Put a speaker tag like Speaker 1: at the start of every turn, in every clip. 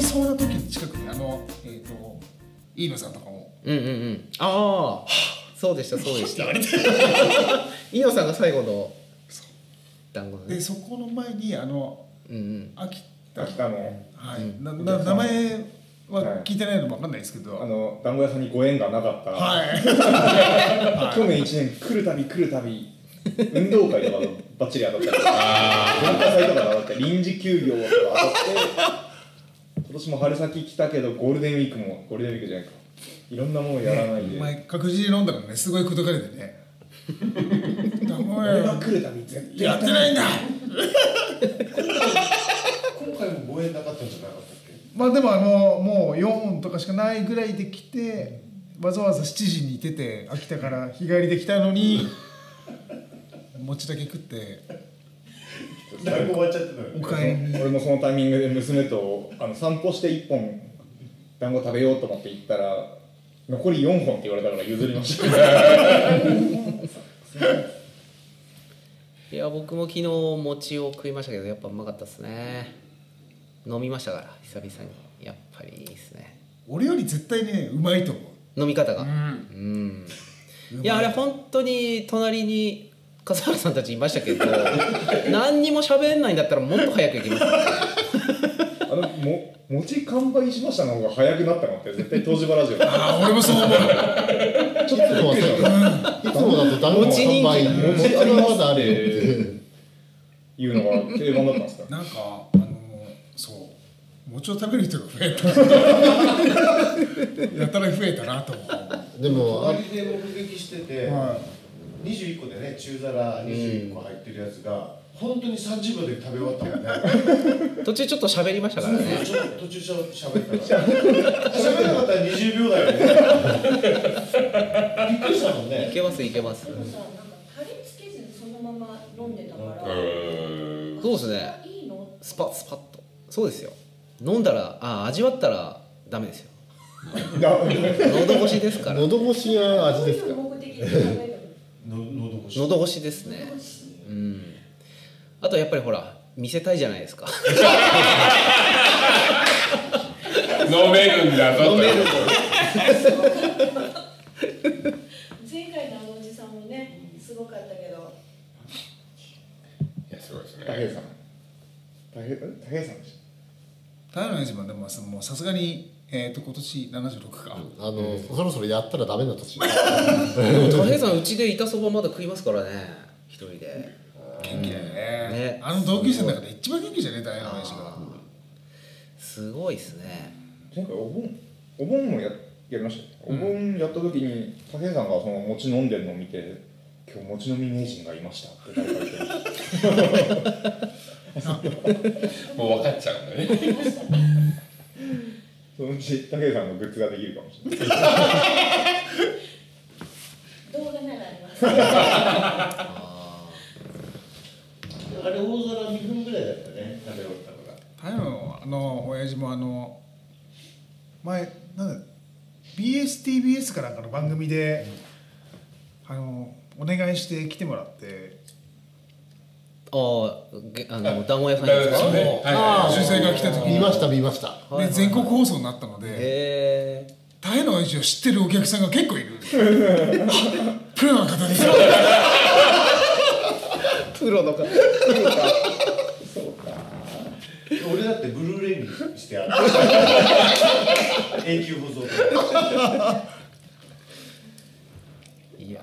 Speaker 1: 小の時に近くにあのえっ、と飯野さんとかも
Speaker 2: うんうんうんああそうでしたそうでした
Speaker 1: あれで
Speaker 2: 伊野さんが最後の
Speaker 1: そう
Speaker 2: 団子だ
Speaker 1: で
Speaker 2: ね
Speaker 1: そこの前にあの
Speaker 2: うんうん
Speaker 1: 秋田
Speaker 3: 秋田の
Speaker 1: はい、
Speaker 2: うん
Speaker 1: な
Speaker 3: お
Speaker 1: な
Speaker 3: 客
Speaker 1: 名
Speaker 3: 様
Speaker 1: 前は聞いてないのもわかんないですけど、
Speaker 3: あ
Speaker 1: はい、
Speaker 3: の団子屋さんにご縁がなかった、去年1年来るたび来るたび運動会とかバッチリ当たっ たりとか文化祭とか当たって臨時休業とか当たって今年も春先来たけどゴールデンウィークもゴールデンウィークじゃないかいろんなもんやらないで、
Speaker 1: 前確実に飲んだらねすごい口説かれてね 名前
Speaker 3: 俺が来るたび絶対
Speaker 1: やってないんだ
Speaker 4: 今回もご縁なかったんじゃなかったっけ
Speaker 1: まあでもあのもう4本とかしかないぐらいで来てわざわざ7時に出て秋田から日帰りで来たのに餅だけ食って
Speaker 4: 団子終わっちゃってたよ
Speaker 1: お
Speaker 4: ね
Speaker 1: かえり
Speaker 3: 俺もそのタイミングで娘とあの散歩して1本団子食べようと思って行ったら残り4本って言われたから譲りました
Speaker 2: いや僕も昨日餅を食いましたけどやっぱうまかったっすね飲みましたから久々にやっぱりいいっすね
Speaker 1: 俺より絶対ねうまいと思う
Speaker 2: 飲み方が
Speaker 1: ん
Speaker 2: うん
Speaker 1: うまい
Speaker 2: いやあれ本当に隣に笠原さんたちいまし たけど何にも喋んないんだったらもっと早く行きますね
Speaker 3: あのも餅完売しましたの方が早くなったのって絶対東芝ラジオちょっ
Speaker 1: ああ俺もそう思う
Speaker 5: ちょっとはさ、いつもだと団子
Speaker 2: 持ち人
Speaker 5: 販売
Speaker 2: 気
Speaker 5: 持
Speaker 3: 餅
Speaker 5: ち
Speaker 3: あ
Speaker 5: あ
Speaker 3: り
Speaker 5: り
Speaker 3: ます
Speaker 5: ま
Speaker 3: っ
Speaker 5: だあるよ
Speaker 3: ていうのが定番だったんですか
Speaker 1: なんかあのそう餅を食べる人が増え たやたら増えたなと思う
Speaker 5: でもあ
Speaker 4: 隣で目撃してて、
Speaker 1: は
Speaker 4: 21個でね中皿21個入ってるやつが、本当に30秒で食べ終わったもんね
Speaker 2: 途中ちょっと喋りましたからね
Speaker 4: ちょっと途中しゃしゃべった からしゃべなかったら20秒だよね びっくりしたもん
Speaker 2: い
Speaker 4: ね
Speaker 2: けますいけます
Speaker 6: でもさ、なんかタレつけずにそのまま飲んでたから。
Speaker 2: そうですね
Speaker 6: いいの？
Speaker 2: スパッスパッとそうですよ飲んだらあ味わったらダメですよ喉越しです から
Speaker 5: 喉越しが味です
Speaker 6: そうい
Speaker 5: か
Speaker 6: うの目的で考え
Speaker 4: の喉越し
Speaker 2: 喉越しですね
Speaker 6: たの。し
Speaker 2: うんあとやっぱりほら見せたいじゃない ですか
Speaker 7: 飲めるんだぞと
Speaker 6: 前回のあのおじさんもね、すごかったけど、
Speaker 7: いやすごいですね
Speaker 3: 武井さん武井武井さんでし
Speaker 1: 平の親父もでもそのもうさすがにえっ、と今年76か、
Speaker 5: あのそろそろやったらダメな年
Speaker 2: でも平さんうちで板そばまだ食いますからね一人で
Speaker 1: 元気だよね
Speaker 2: ね
Speaker 1: あの同級生の中で一番元気じゃねえ大変な話が
Speaker 2: すごいですね
Speaker 3: た前回お盆お盆もややりましたよお盆やった時に武井さんがその餅飲んでるのを見て「今日餅飲み名人がいました」って誰か言ってました
Speaker 7: もう分かっちゃうんだね
Speaker 3: そのうち武井さんのグッズができるかもしれない
Speaker 6: 動画ならあります。
Speaker 4: あれ大皿2分ぐらいだったね食べ終わったから
Speaker 1: 平のあの親父もあの前なんだ BSTBS かなんかの番組で、あのお願いして来てもらって
Speaker 2: あーげあ の団子屋さんですか
Speaker 7: 団子屋さんねはいはい
Speaker 1: 女性が来た時に
Speaker 5: 見ました見ました
Speaker 2: はいはい
Speaker 1: で全国放送になったので、
Speaker 2: へえ
Speaker 1: タイの味を知ってるお客さんが結構いるあプロの方ですよ
Speaker 2: プロの方
Speaker 4: 俺だってブルーレイにしてあ る永久保存
Speaker 2: いや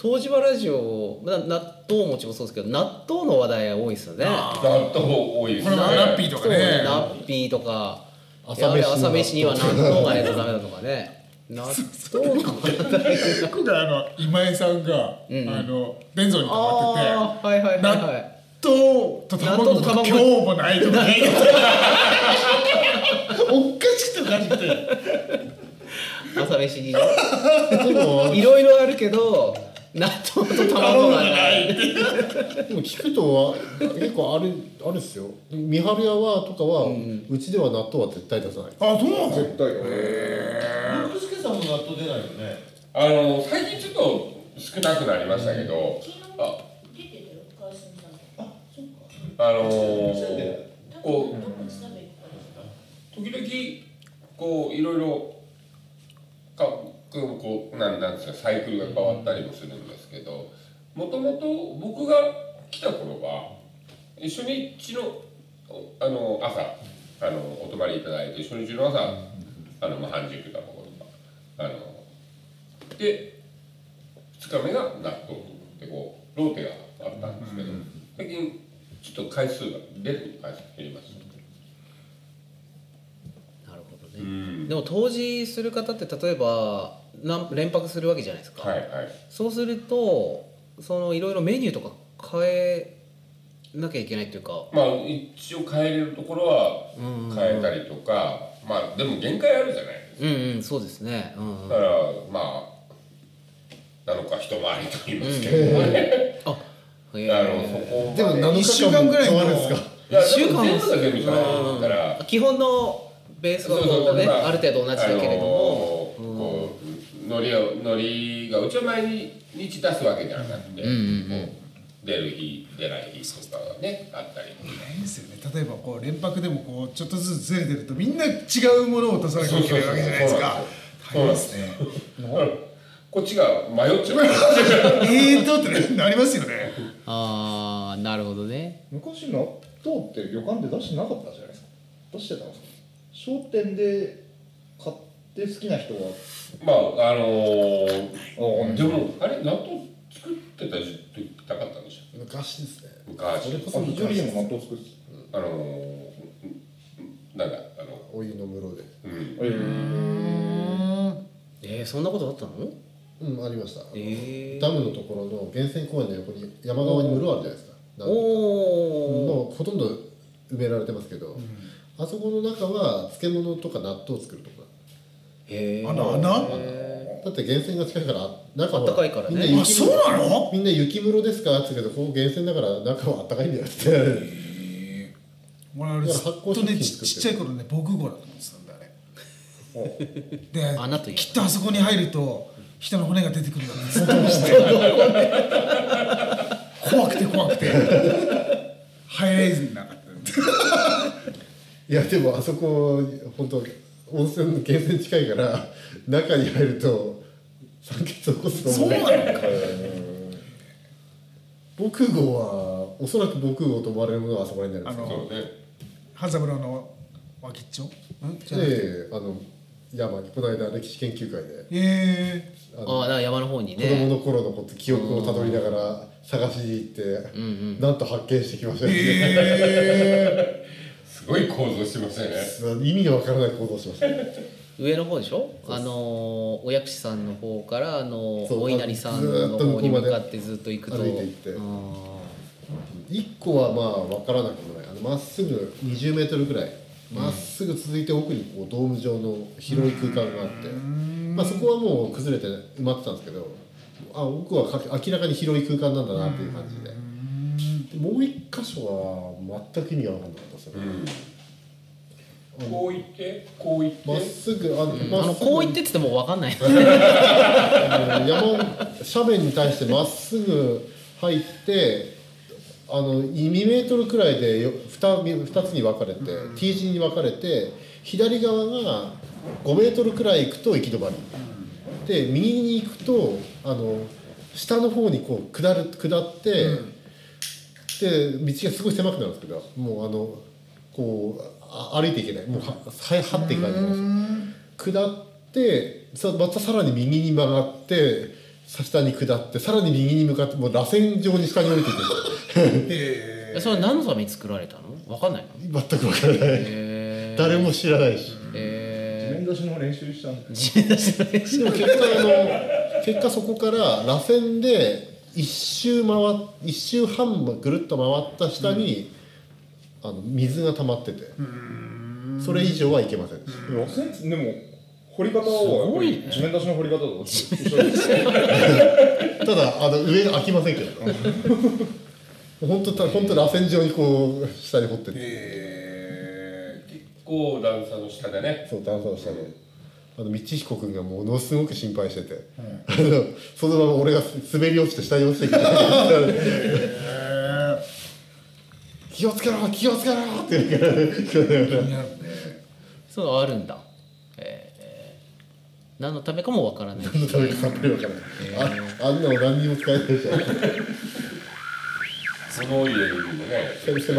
Speaker 2: 東芝ラジオな納豆餅もそうですけど納豆の話題が多いですよね
Speaker 7: 納豆多いです
Speaker 1: こ
Speaker 7: ね
Speaker 1: れはラッピーと
Speaker 2: そ
Speaker 1: か
Speaker 2: う
Speaker 1: ね
Speaker 2: ねナッピーとか
Speaker 5: 朝飯
Speaker 2: やはり朝飯には納豆がないとダメだとかね納豆の話
Speaker 1: 今回あの今井さんが、あの便座に泊まっ
Speaker 2: ああーはいはい
Speaker 1: てて
Speaker 2: は
Speaker 1: 納
Speaker 2: いはい
Speaker 1: 豆と卵
Speaker 2: 納豆と
Speaker 1: が
Speaker 2: 卵
Speaker 1: 今日もないとかねおっかしくておかしくて
Speaker 2: 朝飯に
Speaker 5: でも
Speaker 2: いろいろあるけど納豆と卵がない
Speaker 5: でも聞くとは結構あれあれっすよ三春屋はとかは、うちでは納豆は絶対出さない
Speaker 1: あそうなの
Speaker 3: 絶対
Speaker 4: 福助さんも納豆出ないよね
Speaker 7: あの最近ちょっと少なくなりましたけど
Speaker 6: 昨日
Speaker 7: あ
Speaker 6: 出てたよ、川澄さん。
Speaker 7: あの
Speaker 4: せんべい
Speaker 7: ー、こ
Speaker 6: どこで食べてたんですか？
Speaker 7: う時々こういろいろかこうなんなんですかサイクルが変わったりもするんですけどもともと僕が来た頃は初日のおあの朝あのお泊まりいただいて初日の朝あの、まあ、半熟卵とかあので2日目が納豆でこうローテがあったんですけど最近ちょっと回数が出てくる回数が減りました。
Speaker 2: なるほど
Speaker 7: う
Speaker 2: ね、
Speaker 7: ん
Speaker 2: でも当時する方って例えばなん連泊するわけじゃないですか、
Speaker 7: はいはい
Speaker 2: そうするとそのいろいろメニューとか変えなきゃいけないっていうか
Speaker 7: まあ一応変えれるところは変えたりとか、まあでも限界あるじゃない
Speaker 2: うんうんそうですねうん、うん、
Speaker 7: だ
Speaker 2: あ
Speaker 7: からまあ7日一回りと言いますけど、
Speaker 2: へえ
Speaker 7: あのそこ
Speaker 5: でも
Speaker 7: ま
Speaker 5: 7
Speaker 1: 一週
Speaker 5: 日
Speaker 1: 間
Speaker 5: 間
Speaker 1: ぐ
Speaker 5: ぐ
Speaker 1: ら
Speaker 5: ら
Speaker 1: い
Speaker 5: い
Speaker 1: の
Speaker 5: 変わるんですか
Speaker 7: いや
Speaker 2: 一週
Speaker 7: で
Speaker 2: 間は
Speaker 7: も全部だけ見た
Speaker 2: うん
Speaker 7: らだから
Speaker 2: 基本のベースはこうねある程度同じだけれども、
Speaker 7: あのこうのりをのりがうちは毎日出すわけじゃなくて、
Speaker 2: うんうんうん
Speaker 7: こう出る日出ない日とかがねあったりとか
Speaker 1: 変ですよね例えばこう連泊でもこうちょっとずつずれてるとみんな違うものを出さなきゃいけないわけじゃないですか
Speaker 7: そう
Speaker 1: 大変で
Speaker 7: なんです
Speaker 1: すね
Speaker 7: こっちが迷っちゃう
Speaker 1: えーとってなりますよね
Speaker 2: ああなるほどね
Speaker 3: 昔納豆って旅館で出してなかったじゃないですか出してたんですか商店で買って好きな人は
Speaker 7: まああのー
Speaker 3: あ
Speaker 7: でもあれ納豆作ってた時期なかったんでしょ
Speaker 5: 昔ですね
Speaker 7: 昔
Speaker 3: それこそ緑でも納豆作って
Speaker 7: あのーなんだあの
Speaker 5: お湯の室で
Speaker 7: うん
Speaker 3: た
Speaker 2: えー、そんなことあったの
Speaker 5: うんありました、
Speaker 2: えー、
Speaker 5: ダムのところの源泉公園の横に山側に室あるじゃないですかなんか
Speaker 2: おお、
Speaker 5: もうほとんど埋められてますけど、あそこの中は漬物とか納豆を作るとこ
Speaker 2: へえ
Speaker 1: あの穴
Speaker 5: だだって源泉が近いから中は
Speaker 2: あったかいからね
Speaker 5: みん
Speaker 1: あ
Speaker 5: な雪
Speaker 1: そ
Speaker 5: 室
Speaker 1: うなの
Speaker 5: みんな雪室ですかって言うけどここ源泉だから中はあったかいんだよって
Speaker 1: 俺あれずっとねちちっちゃい頃ね防空壕だと思ってたんだあれ で
Speaker 2: 穴という
Speaker 1: きっとあそこに入ると人の骨が出てくるんだってずっと知ってた怖くて怖くて入れずになかった
Speaker 5: いやでもあそこ本当温泉の源泉近いから中に入ると酸欠起こすと思
Speaker 1: そう
Speaker 5: う
Speaker 1: なのか
Speaker 5: 防空壕はおそらく防空壕と思われるものはあそこらになるんですけど
Speaker 7: そうね
Speaker 1: 半三郎の脇っちょんじゃなくて
Speaker 5: であの山にこの間歴史研究会で
Speaker 1: え
Speaker 5: あの
Speaker 2: ああだから山の方に
Speaker 5: 子供
Speaker 2: ね
Speaker 5: の頃のこと記憶をたどりながら探しに行って、なんと発見してきました
Speaker 1: ー、
Speaker 5: ね、
Speaker 1: え
Speaker 7: すごい構造してません ね
Speaker 5: 意味がわからない行動をしましたね
Speaker 2: 上の方でしょあのーお薬師さんの方からあのー
Speaker 5: そう
Speaker 2: お稲荷さんの方に向かってずっと行くと
Speaker 5: 歩いて行って
Speaker 2: あ
Speaker 5: 1個はまあわからなくもないあのまっすぐ2 0ルぐらいまっすぐ続いて奥にこうドーム状の広い空間があって、まあ、そこはもう崩れて埋まってたんですけどあ奥はか明らかに広い空間なんだなっていう感じででもう1箇所は全く意味が分かんなかったですよね、
Speaker 7: こう言ってこう言って
Speaker 5: まっすぐあの,、
Speaker 2: ーあのこう言ってって言っても分かんない
Speaker 5: あの山斜面に対してまっすぐ入ってあの2メートルくらいでよ 2, 二つに分かれて T 字に分かれて左側が5メートルくらい行くと行き止まりで右に行くとあの下の方にこう下る下って、で道がすごい狭くなるんですけどもうあのこうあ歩いていけないもうはははっていかないです下ってさまたさらに右に曲がってさ下に下ってさらに右に向かってもう螺旋状に下に降りていく
Speaker 2: え それは何のために作られたの分かんないの
Speaker 5: 全く分からない、
Speaker 2: へ
Speaker 5: 誰も知らないし、
Speaker 2: え
Speaker 3: 地面出しの練習したんで
Speaker 5: でも結果あの結果そこから螺旋で一周回っ一周半ぐるっと回った下に、あの水が溜まっててそれ以上はいけませんでした
Speaker 3: 螺旋でも掘り方はやっぱり地面出しの掘り方と一緒です
Speaker 5: ただあの上が開きませんけど本当た本当螺旋状にこう下に掘ってって
Speaker 7: えー結構段差の下でね
Speaker 5: そう段差の下であの道彦君がものすごく心配してて、 あのそのまま俺が滑り落ちて下に落ちてきて気をつけろ気をつけろって言うから
Speaker 1: ー、気になるね
Speaker 2: そういうのあるんだ、ええ何のためかもわからない
Speaker 5: 何のためかさっぱりわかんないああんなの何にも使えないじゃん
Speaker 7: 物入れにもね
Speaker 5: 狭すぎるし